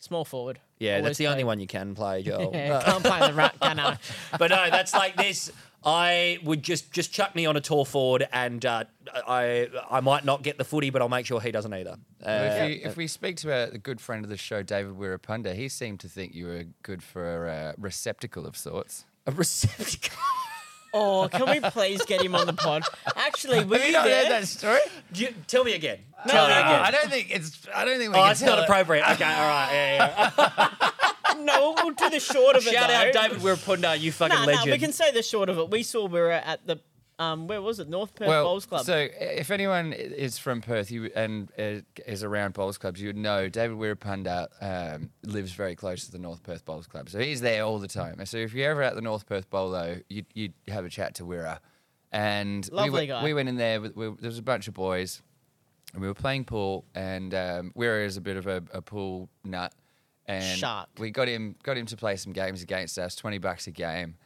C: Small forward.
A: Yeah, that's
C: Always
A: the only
C: play-
A: one you can play, Joel.
C: (laughs) Yeah, can't play the right gunner.
A: but no, that's like this. I would just just chuck me on a tall forward, and uh, I I might not get the footy, but I'll make sure he doesn't either. Uh,
D: Well, if, you, if we speak to a, a good friend of the show, David Wirapunda, he seemed to think you were good for a receptacle of sorts.
A: a receptacle.
C: Oh, can we please get him on the pod? Actually, were you there?
D: story?
A: You, tell me again.
D: No,
A: tell me
D: no,
A: again.
D: I don't think it's. I don't think we
A: Oh,
D: can
A: it's
D: tell
A: not
D: it.
A: appropriate. Okay, all right. Yeah,
D: (laughs)
C: No, we'll do the short of
A: yeah.
C: it.
A: Shout
C: though.
A: out David Wirapunda, you fucking
C: No, no,
A: legend.
C: we can say the short of it. We saw we were at the um, where was it? North Perth
D: Well,
C: Bowls Club.
D: so i- if anyone i- is from Perth you, and uh, is around bowls clubs, you would know David Wirapunda um, lives very close to the North Perth Bowls Club, so he's there all the time. So if you're ever at the North Perth Bowl, though, you'd, you'd have a chat to Wira, and we,
C: Lovely
D: went-
C: guy.
D: we went in there. With, we, there was a bunch of boys, and we were playing pool, and um, Wira is a bit of a, a pool nut, and
C: Shark.
D: we got him got him to play some games against us, twenty bucks a game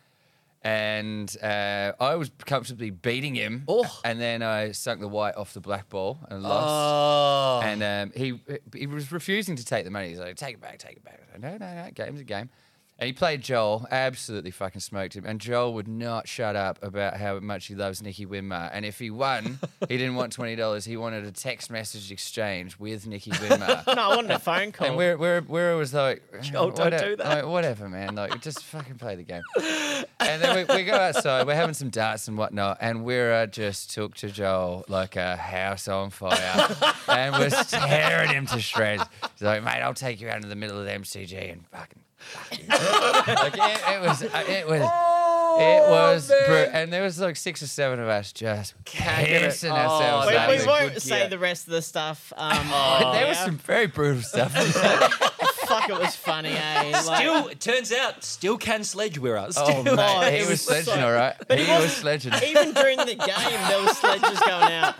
D: and uh, I was comfortably beating him.
A: Oh.
D: And then I sunk the white off the black ball and lost.
A: Oh.
D: And um, he he was refusing to take the money. He's like, "Take it back, take it back." I said, no, no, no. Game's a game. And he played Joel, absolutely fucking smoked him. And Joel would not shut up about how much he loves Nikki Winmar. And if he won, he didn't want $20. He wanted a text message exchange with Nikki Winmar.
C: No, I wanted a phone call.
D: And where where where
A: (laughs)
D: was like,
A: Joel, Oh. don't
D: whatever,
A: do that.
D: like, whatever, man. Like, just fucking play the game. And then we, we go outside. We're having some darts and whatnot. And Weira just took to Joel like a house on fire,
A: (laughs)
D: and was tearing him to shreds. He's like, mate, I'll take you out into the middle of the MCG and fucking. fucking-" like, it, it was. uh, It was.
A: Oh,
D: It was, bru- and there was like six or seven of us just
A: it.
D: pissing
A: Oh,
D: ourselves.
A: that
D: out.
C: we,
A: was
C: we
A: a
C: won't
A: good
C: say
A: gear.
C: the rest of the stuff.
A: (laughs)
C: Um,
D: But
C: on
D: there was
A: Oh,
C: air.
D: some very brutal stuff.
C: (laughs) fuck. It was funny, eh? Like,
A: Still, it turns out, still can sledge with us.
D: (laughs) Oh,
A: Still-
C: Oh,
D: mate,
C: it
D: he was
C: was
D: sledging,
C: so-
D: all right.
C: but
D: He
C: it
D: was
C: wasn't-
D: sledging.
C: even during the game, there was sledges going out.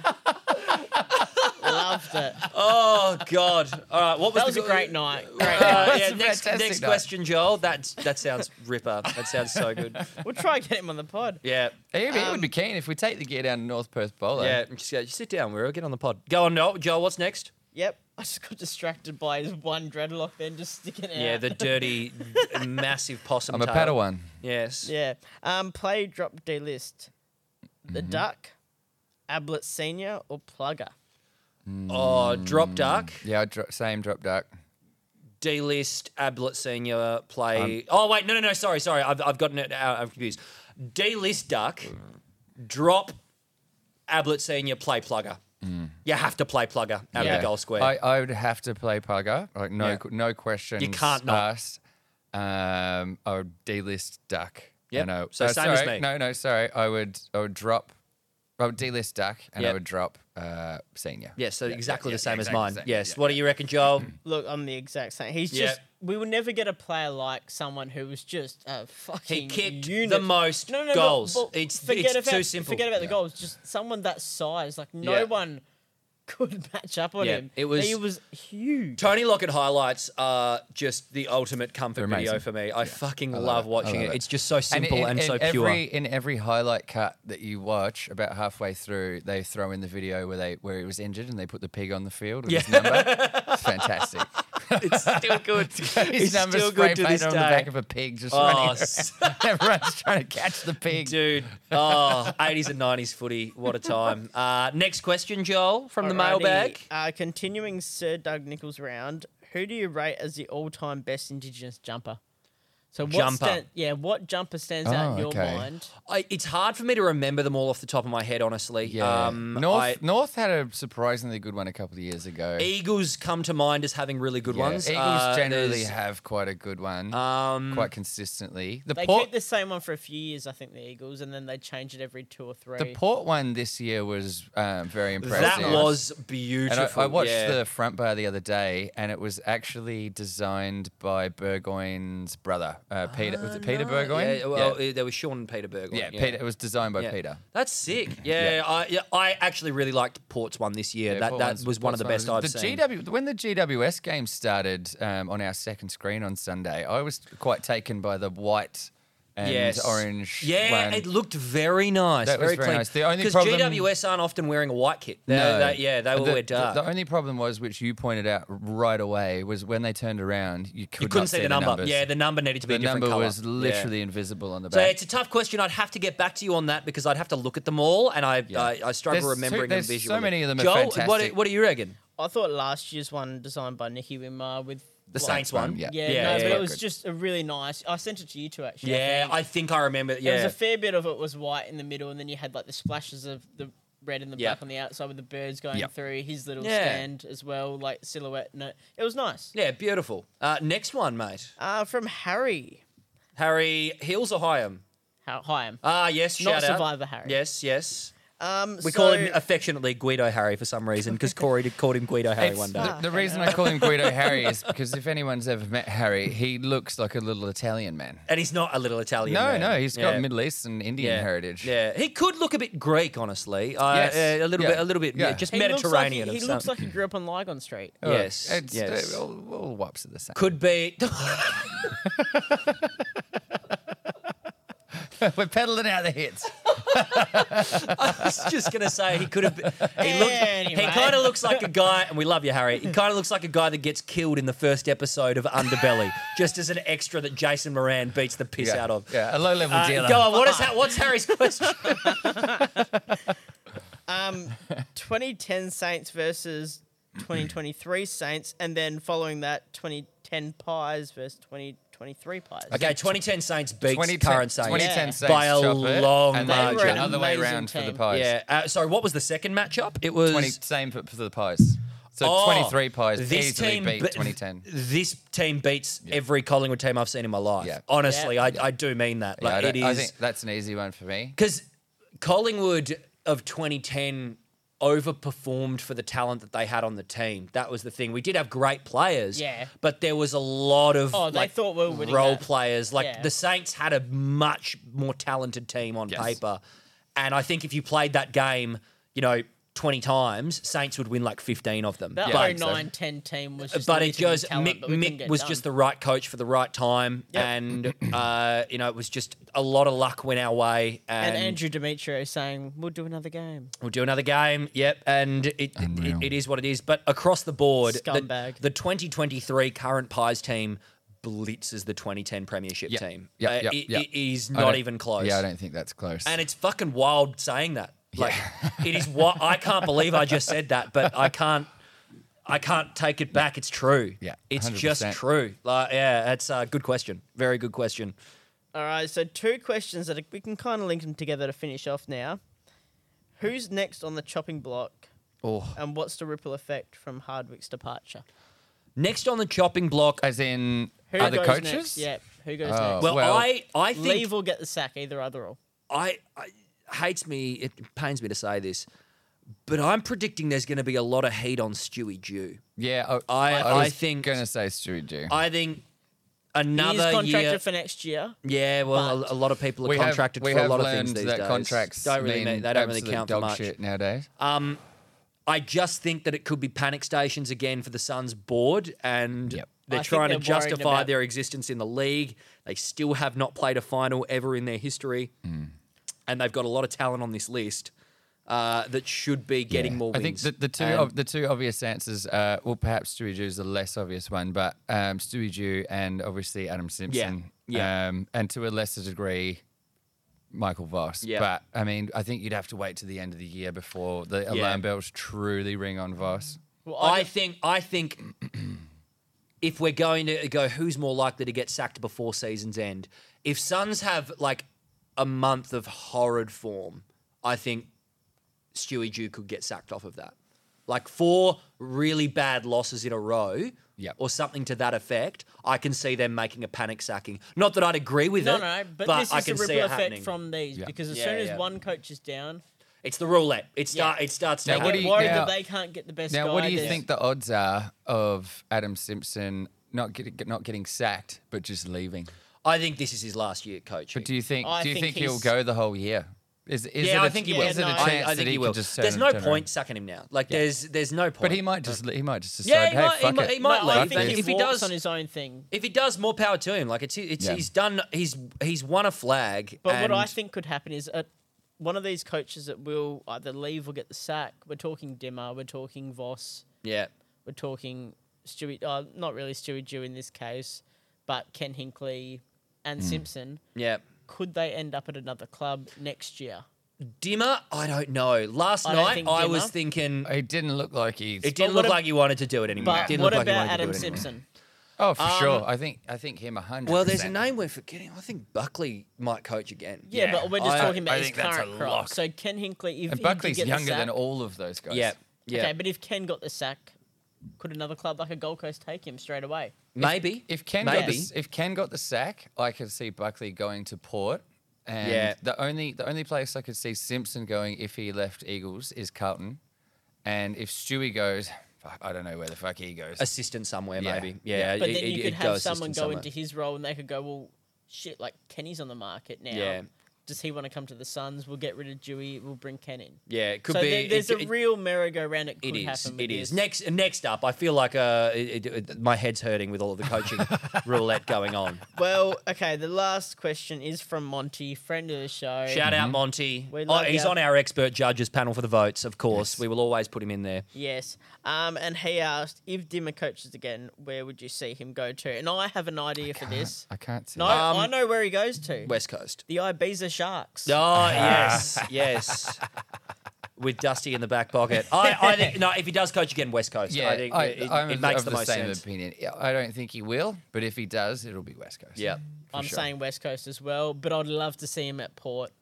C: Loved it.
A: (laughs) oh, God. All right, what was
C: That was
A: the-
C: a great night. Great night.
A: Uh,
D: That's
A: yeah,
D: a
A: next,
D: fantastic
A: next
D: night.
A: question, Joel. That's that sounds ripper. That sounds so good.
C: We'll try and get him on the pod.
A: Yeah,
D: He, he would
C: Um,
D: be keen if we take the gear down to North Perth Bowler.
A: yeah. Just, go, just sit down. We'll get on the pod. Go on, Noel. Joel. What's next?
C: Yep. I just got distracted by his one dreadlock then just sticking out.
A: Yeah,
C: (laughs)
A: the dirty, massive possum.
D: I'm a
A: tail.
D: Padawan.
A: Yes.
C: Yeah. Um, play drop D list. The
A: Mm-hmm.
C: duck, Ablett Senior, or Plugger.
A: Oh, drop duck.
D: Yeah, I dro- same drop duck.
A: D list Ablett Senior play. oh wait, no, no, no. Sorry, sorry. I've I've gotten it. Out. I'm confused. D list duck, drop Ablett Senior play plugger. You have to play plugger out of
D: Yeah.
A: the goal square.
D: I, I would have to play Pugger. Like no,
A: Yeah.
D: no questions.
A: can't not.
D: asked. Um, I would delist duck.
A: Yep.
D: And I-
A: So
D: uh,
A: same
D: sorry,
A: as me.
D: No, no, sorry. I would, I would drop. I would delist duck, and I
A: Yep.
D: would drop uh, senior.
A: yes, so
D: Yeah,
A: exactly
D: yeah,
A: the same
D: yeah,
A: as
D: exactly
A: mine.
D: the same,
A: yes.
D: yeah.
A: what do you reckon, (clears throat) Joel?
C: Look, I'm the exact same. He's
A: Yeah.
C: just. We will never get a player like someone who was just a
A: He
C: fucking.
A: kicked
C: unit.
A: the most
C: No, no,
A: goals.
C: No, but
A: it's
C: forget
A: it's
C: about,
A: too simple.
C: Forget about
D: Yeah.
C: the goals. Just someone that size, like no
A: Yeah.
C: one (laughs) could match up on
A: Yeah,
C: him.
A: it was-
C: he was huge.
A: Tony Lockett highlights are just the ultimate comfort
D: They're
A: video
D: amazing.
A: for me. I fucking love,
D: love it. I
A: watching
D: love
A: it.
D: it.
A: It's just so
D: And
A: simple
D: in-
A: and,
D: in
A: so
D: every,
A: pure.
D: (laughs) In every highlight cut that you watch, about halfway through, they throw in the video where they where he was injured and they put the pig on the field with his number.
A: (laughs)
D: It's fantastic.
A: it's still (laughs) good.
D: His
A: it's
D: number's
A: still
D: spray
A: good to this
D: painted
A: day.
D: on the back of a (laughs) pig, just
A: Oh,
D: running.
A: s-
D: around. (laughs) Everyone's trying to catch the pig.
A: Dude, oh, (laughs) 80s and 90s footy. What a time. Uh, next question, Joel, from the
C: Alrighty,
A: mailbag.
C: Uh, continuing Sir Doug Nichols round, who do you rate as the all-time best Indigenous jumper? So what
A: Jumper.
C: Stand, yeah, what jumper stands out in
D: Oh,
C: your
D: okay.
C: mind?
A: I, it's hard for me to remember them all off the top of my head, honestly.
D: Yeah.
A: Um,
D: North
A: I-
D: North had a surprisingly good one a couple of years ago.
A: Eagles come to mind as having really good
D: Yeah,
A: ones.
D: Eagles
A: Uh,
D: generally
A: there's-
D: have quite a good one,
A: Um,
D: quite consistently. The
C: They
D: Port
C: keep the same one for a few years, I think, the Eagles, and then they change it every two or three.
D: the Port one this year was um, very impressive.
A: that was
D: And I,
A: beautiful.
D: I watched
A: yeah.
D: the front bar the other day, and it was actually designed by Burgoyne's brother, uh, Peter.
A: Oh,
D: Was it Peter Burgoyne?
A: Ah, Yeah, well, uh, there was Sean and Peter Burgoyne.
D: Yeah, Peter. It was designed by
A: Yeah.
D: Peter.
A: That's sick. Yeah,
D: Yeah.
A: I yeah, I actually really liked Port's one this year.
D: Yeah,
A: that
D: Paul
A: that
D: Wayne's-
A: was one of the
D: Paul's
A: best I've
D: the
A: seen.
D: GW, when the GWS game started um, on our second screen on Sunday, I was quite taken by the white and
A: Yes.
D: orange.
A: Yeah,
D: one.
A: it looked very nice.
D: That was
A: very
D: very
A: clean.
D: nice. The only
A: Because
D: problem-
A: GWS aren't often wearing a white kit. They-
D: No.
A: they- yeah, they
D: And
A: will
D: the,
A: wear dark.
D: The, the only problem was, which you pointed out right away, was when they turned around, you, could
A: you couldn't
D: not
A: see the number.
D: numbers.
A: Yeah, the number needed to be
D: the
A: a different
D: number
A: colour.
D: was literally invisible on the
A: So
D: back.
A: it's a tough question. I'd have to get back to you on that because I'd have to look at them all, and I
D: Yeah.
A: I, I struggle
D: There's so-
A: remembering
D: there's so
A: them visually.
D: many of them are
A: Joel, what do,
D: fantastic.
A: what do you reckon?
C: I thought last year's one designed by Nikki Wimar with
D: the
C: like,
A: Saints one.
D: Yeah.
C: Yeah,
A: Yeah,
C: no,
A: yeah,
C: but
A: yeah.
C: it was
D: Good.
C: just a really nice. I sent it to you two actually. I
A: Yeah,
C: think.
A: I think I remember.
C: There
A: Yeah,
C: was a fair bit of it was white in the middle, and then you had like the splashes of the red and the
A: Yeah.
C: black on the outside with the birds going
D: Yeah.
C: through his little
A: Yeah.
C: stand as well, like silhouette. And it, it was nice.
A: yeah, beautiful. Uh, next one, mate.
C: Uh, from Harry,
A: Harry Hills or Hyam?
C: How hi him.
A: Ah, yes,
C: Not
A: shout out.
C: Survivor Harry.
A: Yes, yes.
C: Um,
A: We
C: so,
A: call him affectionately Guido Harry for some reason because Corey did- called him Guido Harry
D: It's-
A: one day.
D: the- The, reason I call him
A: (laughs)
D: Guido Harry is because if anyone's ever met Harry, he looks like a little Italian man.
A: And he's not a little Italian.
D: No,
A: man.
D: no, he's got
A: Yeah.
D: Middle Eastern Indian
A: yeah.
D: heritage.
A: Yeah, he could look a bit Greek, honestly. Uh,
D: Yes.
A: uh, a little
D: Yeah.
A: bit, a little bit, yeah.
D: Yeah.
A: just
C: he looks like
A: Mediterranean.
C: He, he
A: of
C: looks
A: some-
C: like he grew up on Lygon Street.
D: Oh,
A: Yes,
D: it's,
A: yes.
D: uh, all, all wops are the (laughs) same.
A: could be. (laughs)
D: We're peddling out the hits.
A: I was just gonna say he could have. He, looked, he
C: Anyway.
A: kind of looks like a guy, and we love you, Harry. He kind of looks like a guy that gets killed in the first episode of Underbelly, just as an extra that Jason Moran beats the piss
D: yeah.
A: out of.
D: Yeah, a low level
A: Uh,
D: dealer.
A: go on. What is that? What's Harry's question?
C: Um, 2010 Saints versus 2023 (clears throat) Saints, and then following that, 2010 Pies versus 2023 Pies.
A: Okay, 2010 Saints beats
D: 2010
A: current Saints
D: 2010
C: Yeah.
D: Saints
A: by a
D: chop it,
A: long
D: and then
A: margin.
D: The other way
C: Amazing
D: round for the
C: team.
D: pies.
A: Yeah. Uh, sorry, what was the second matchup? It was
D: 20, same for, for the pies. So
A: Oh,
D: 23 pies easily beat
A: be-
D: 2010.
A: This team beats every Collingwood team I've seen in my life.
D: Yeah.
A: Honestly,
C: Yeah.
A: I, I do mean that.
D: Yeah,
A: (laughs)
D: I,
A: Like
D: don't-
A: it
D: I
A: is
D: think that's an easy one for me.
A: because Collingwood of 2010 overperformed for the talent that they had on the team. That was the thing. We did have great players,
C: Yeah.
A: but there was a lot of
C: Oh, they
A: like,
C: thought we were winning
A: role
C: that.
A: players. Like
C: Yeah.
A: the Saints had a much more talented team on
D: Yes.
A: paper, and I think if you played that game, you know. 20 times, Saints would win like 15 of them.
C: That
A: But-
D: I think so.
C: 09 10 team was just.
A: Uh, but it
C: limited in
A: goes.
C: talent,
A: Mick,
C: but we couldn't
A: Mick
C: get
A: was
C: it
A: just
C: done.
A: the right coach for the right time,
C: Yep.
A: and uh, you know it was just a lot of luck went our way, and,
C: And Andrew Demetrio saying, we'll do another game.
A: we'll do another game. Yep, and it, it, it, it is what it is. But across the board, the,
C: Scumbag.
A: the 2023 current Pies team blitzes the 2010 Premiership
D: Yep,
A: team.
D: yep,
A: Uh,
D: yep,
A: it-
D: yep.
A: it is
D: I
A: not
D: don't-
A: even close.
D: Yeah, I don't think that's close.
A: And it's fucking wild saying that. Like it is what I can't believe I just said that, but I can't I can't take it back. It's true.
D: Yeah,
A: It's just
D: 100%.
A: true. Like yeah, that's a good question. Very good question.
C: All right, so two questions that are- we can kind of link them together to finish off now. Who's next on the chopping block?
D: oh.
C: And what's the ripple effect from Hardwick's departure?
A: Next on the chopping block.
D: As in
C: Who
D: other
C: goes
D: coaches?
C: next? Yeah, who goes
D: Oh.
C: next?
A: Well,
D: well,
A: I I think
C: Leave will get the sack, either other or.
A: I, I hates me. It pains me to say this, but I'm predicting there's going to be a lot of heat on Stewie Jew.
D: Yeah,
A: I- I
D: was
A: think-
D: gonna say Stewie Jew.
A: I think
C: He is
A: another
C: contracted
A: year.
C: for next year.
A: yeah, well, a, a lot of people are
D: we have-
A: contracted
D: we
A: for a
D: have
A: lot of
D: learned
A: things these
D: that
A: days.
D: contracts
A: don't really
D: mean
A: mean, they don't really
D: absolute
A: count
D: dog
A: for much.
D: shit nowadays.
A: I just think that it could be panic stations again for the Suns board, and
D: Yep.
A: they're
C: I think
A: trying to
C: they're worried
A: justify
C: about-
A: their existence in the league. They still have not played a final ever in their history,
D: Hmm.
A: and they've got a lot of talent on this list uh, that should be getting more Um,
D: I
A: wins.
D: think the, the two
A: And-
D: ob- the two obvious answers, uh, well, perhaps Stewie Jew is the less obvious one, but um, Stewie Jew and obviously Adam Simpson,
A: yeah.
D: Um, and to a lesser degree, Michael Voss.
A: Yeah.
D: But I mean, I think you'd have to wait to the end of the year before the
A: Yeah.
D: alarm bells truly ring on Voss.
C: Well,
A: I
C: don't-
A: think I think if we're going to go who's more likely to get sacked before season's end, if Suns have like a month of horrid form, I think Stewie Jew could get sacked off of that. Like four really bad losses in a row.
D: Yep.
A: Or something to that effect. I can see them making a panic sacking. Not that I'd agree with
C: no,
A: it,
C: no, but, this is
A: I
C: the
A: can see
C: ripple
A: it
C: effect
A: happening.
C: from these
D: Yeah.
C: because as
A: Yeah,
C: soon as
A: yeah.
C: one coach is down,
A: it's the roulette. It start.
C: Yeah.
A: It starts to.
D: Now,
C: they
D: what
A: happen.
D: do
C: get
D: you-
C: worried
D: now-
C: that they can't get the best
D: Now,
C: guy.
D: what do you
C: there's-
D: think the odds are of Adam Simpson not getting not getting sacked but just leaving?
A: I think this is his last year, coach.
D: But do you think
C: I
D: do you
C: think
D: think, he'll
C: he's-
D: go the whole year? Is, is
A: yeah,
D: it
A: I
D: a-
A: think he
C: yeah,
A: will.
D: Is it a
C: no,
D: chance
C: I-
A: I, I
D: that
A: think he
D: could
A: will.
D: just turn-
A: There's no
D: turn
A: point
D: around?
A: sucking him now. Like there's there's no point.
D: But he might just he might just
A: Yeah,
D: decide,
A: he
D: hey,
A: might- he
D: fuck
A: might-
D: it.
A: he might
C: No, I
A: leave.
D: Fuck
C: think
D: this.
C: he
A: If he
C: walks
A: does-
C: on his own thing.
A: if he does, more power to him. Like it's it's
D: Yeah.
A: he's done. He's he's won a flag.
C: But what I
A: and-
C: think could happen is uh one of these coaches that will either leave or get the sack. We're talking Dimmer, we're talking Voss,
A: yeah,
C: we're talking Stewie, uh, not really Stewie Jew in this case, but Ken Hinkley
D: Hmm.
C: and Simpson.
A: yeah.
C: Could they end up at another club next year?
A: Dimmer, I don't know. Last
C: I don't
A: night
C: think
A: I
C: Dimmer.
A: was thinking
D: It didn't look like he's.
A: it didn't look
C: what ab-
A: like he wanted to do it anymore.
C: But
A: didn't
C: what
A: look like
C: about
A: he wanted
C: Adam
A: to do it anymore.
C: Simpson?
D: oh, for sure. I think I think him hundred.
A: um, Well, there's a name we're forgetting. I think Buckley might coach again.
C: Yeah, but we're just
A: I-
C: talking about
D: I
C: his
D: think that's a
C: current crop.
D: lock.
C: So Ken Hinkley, if
D: And
C: he did
D: Buckley's
C: get the
D: younger than
C: sack-
D: all of those guys.
A: yeah, yeah.
C: Okay, but if Ken got the sack, could another club like a Gold Coast take him straight away?
A: maybe
D: If Ken got
A: maybe
D: the, s- if Ken got the sack, I could see Buckley going to Port. And
A: Yeah.
D: the only the only place I could see Simpson going if he left Eagles is Carlton. And if Stewie goes, fuck, I don't know where the fuck he goes.
A: assistant somewhere.
D: Yeah.
A: Maybe yeah.
C: But
A: it-
C: then
A: it-
C: you
A: it
C: could
A: go
C: have
A: assistant
C: someone go
A: somewhere.
C: into his role and they could go, well, shit, like Kenny's on the market now.
A: Yeah.
C: does he want to come to the Suns? We'll get rid of Dewey. We'll bring Ken in.
A: Yeah, it could
C: so
A: be.
C: there- there's
A: it-
C: a
A: it-
C: real merry-go-round. It could
A: It is.
C: happen. with
A: It is.
C: this.
A: Next, next up, I feel like uh, it, it, it- my head's hurting with all of the coaching roulette going on.
C: Well, okay. The last question is from Monty, friend of the show.
A: Shout out Monty.
C: We
A: Oh,
C: love
A: he's
C: you.
A: on our expert judges panel for the votes, of course. We will always put him in there.
C: Yes. Um, and he asked if Dimmer coaches again, where would you see him go to? And I have an idea for this.
D: I can't see.
C: No,
D: that.
A: Um,
C: I know where he goes to.
A: West Coast.
C: The Ibiza Sharks.
A: Oh (laughs) yes, yes. With Dusty in the back pocket, I, I think no. If he does coach again, West Coast.
D: Yeah,
A: I think it, it-
D: I'm
A: it
D: of-
A: makes
D: of
A: the most
D: same
A: sense.
D: opinion. Yeah, I don't think he will, but if he does, it'll be West Coast.
A: Yeah,
C: I'm
D: sure.
C: saying West Coast as well, but I'd love to see him at Port.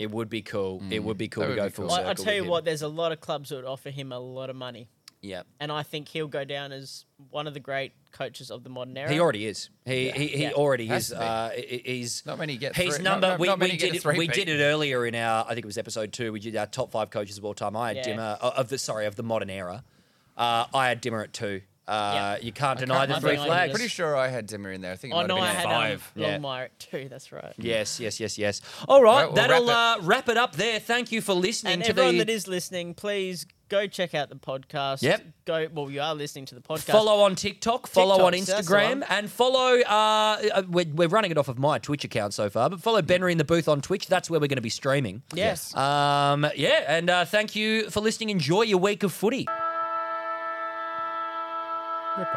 A: it would be cool. It would be cool
D: That
A: to
D: would
A: go
D: be
A: full
D: cool.
A: circle.
C: I, I tell
A: with
C: you
A: him.
C: what, there's a lot of clubs that would offer him a lot of money.
A: Yeah,
C: And I think he'll go down as one of the great coaches of the modern era.
A: he already is. He he, he
C: Yeah.
A: already
D: Has
A: is.
D: to be.
A: Uh, he- he- he's
D: Not many get
A: He's
D: three-
A: number.
D: not-
A: we
D: not many
A: we
D: get
A: did
D: a
A: it. We
D: three-peat.
A: did it earlier in our. I think it was episode two. We did our top five coaches of all time. I had
C: Yeah.
A: Dimmer uh, of the sorry of the modern era. Uh, I had Dimmer at two. Uh,
C: Yeah.
A: You can't
D: I
A: deny
D: can't-
A: the
D: I'm
A: three
C: being
A: flags.
C: honest.
D: Pretty sure I had Dimmer in there. I think it
C: Oh,
D: might
C: no, I
D: have been
C: had
D: at five.
C: um,
A: Yeah.
C: Longmire at two. That's right.
A: Yes, yes, yes, yes. All right,
D: Right, we'll
A: that'll
D: wrap
A: uh, wrap it up there. Thank you for listening
C: And
A: to
C: everyone
A: the
C: that is listening, please go check out the podcast.
A: Yep.
C: Go. Well, you are listening to the podcast.
A: follow on TikTok, follow on
C: TikToks, that's the
A: Instagram,
C: one.
A: and follow. Uh, uh, we're, we're running it off of my Twitch account so far, but follow Benry in the booth on Twitch. That's where we're going to be streaming.
C: Yes.
A: Um, yeah, and uh, thank you for listening. Enjoy your week of footy.
D: Ripper.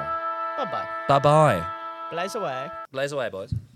C: Bye bye.
A: Bye bye.
C: Blaze away.
A: Blaze away, boys.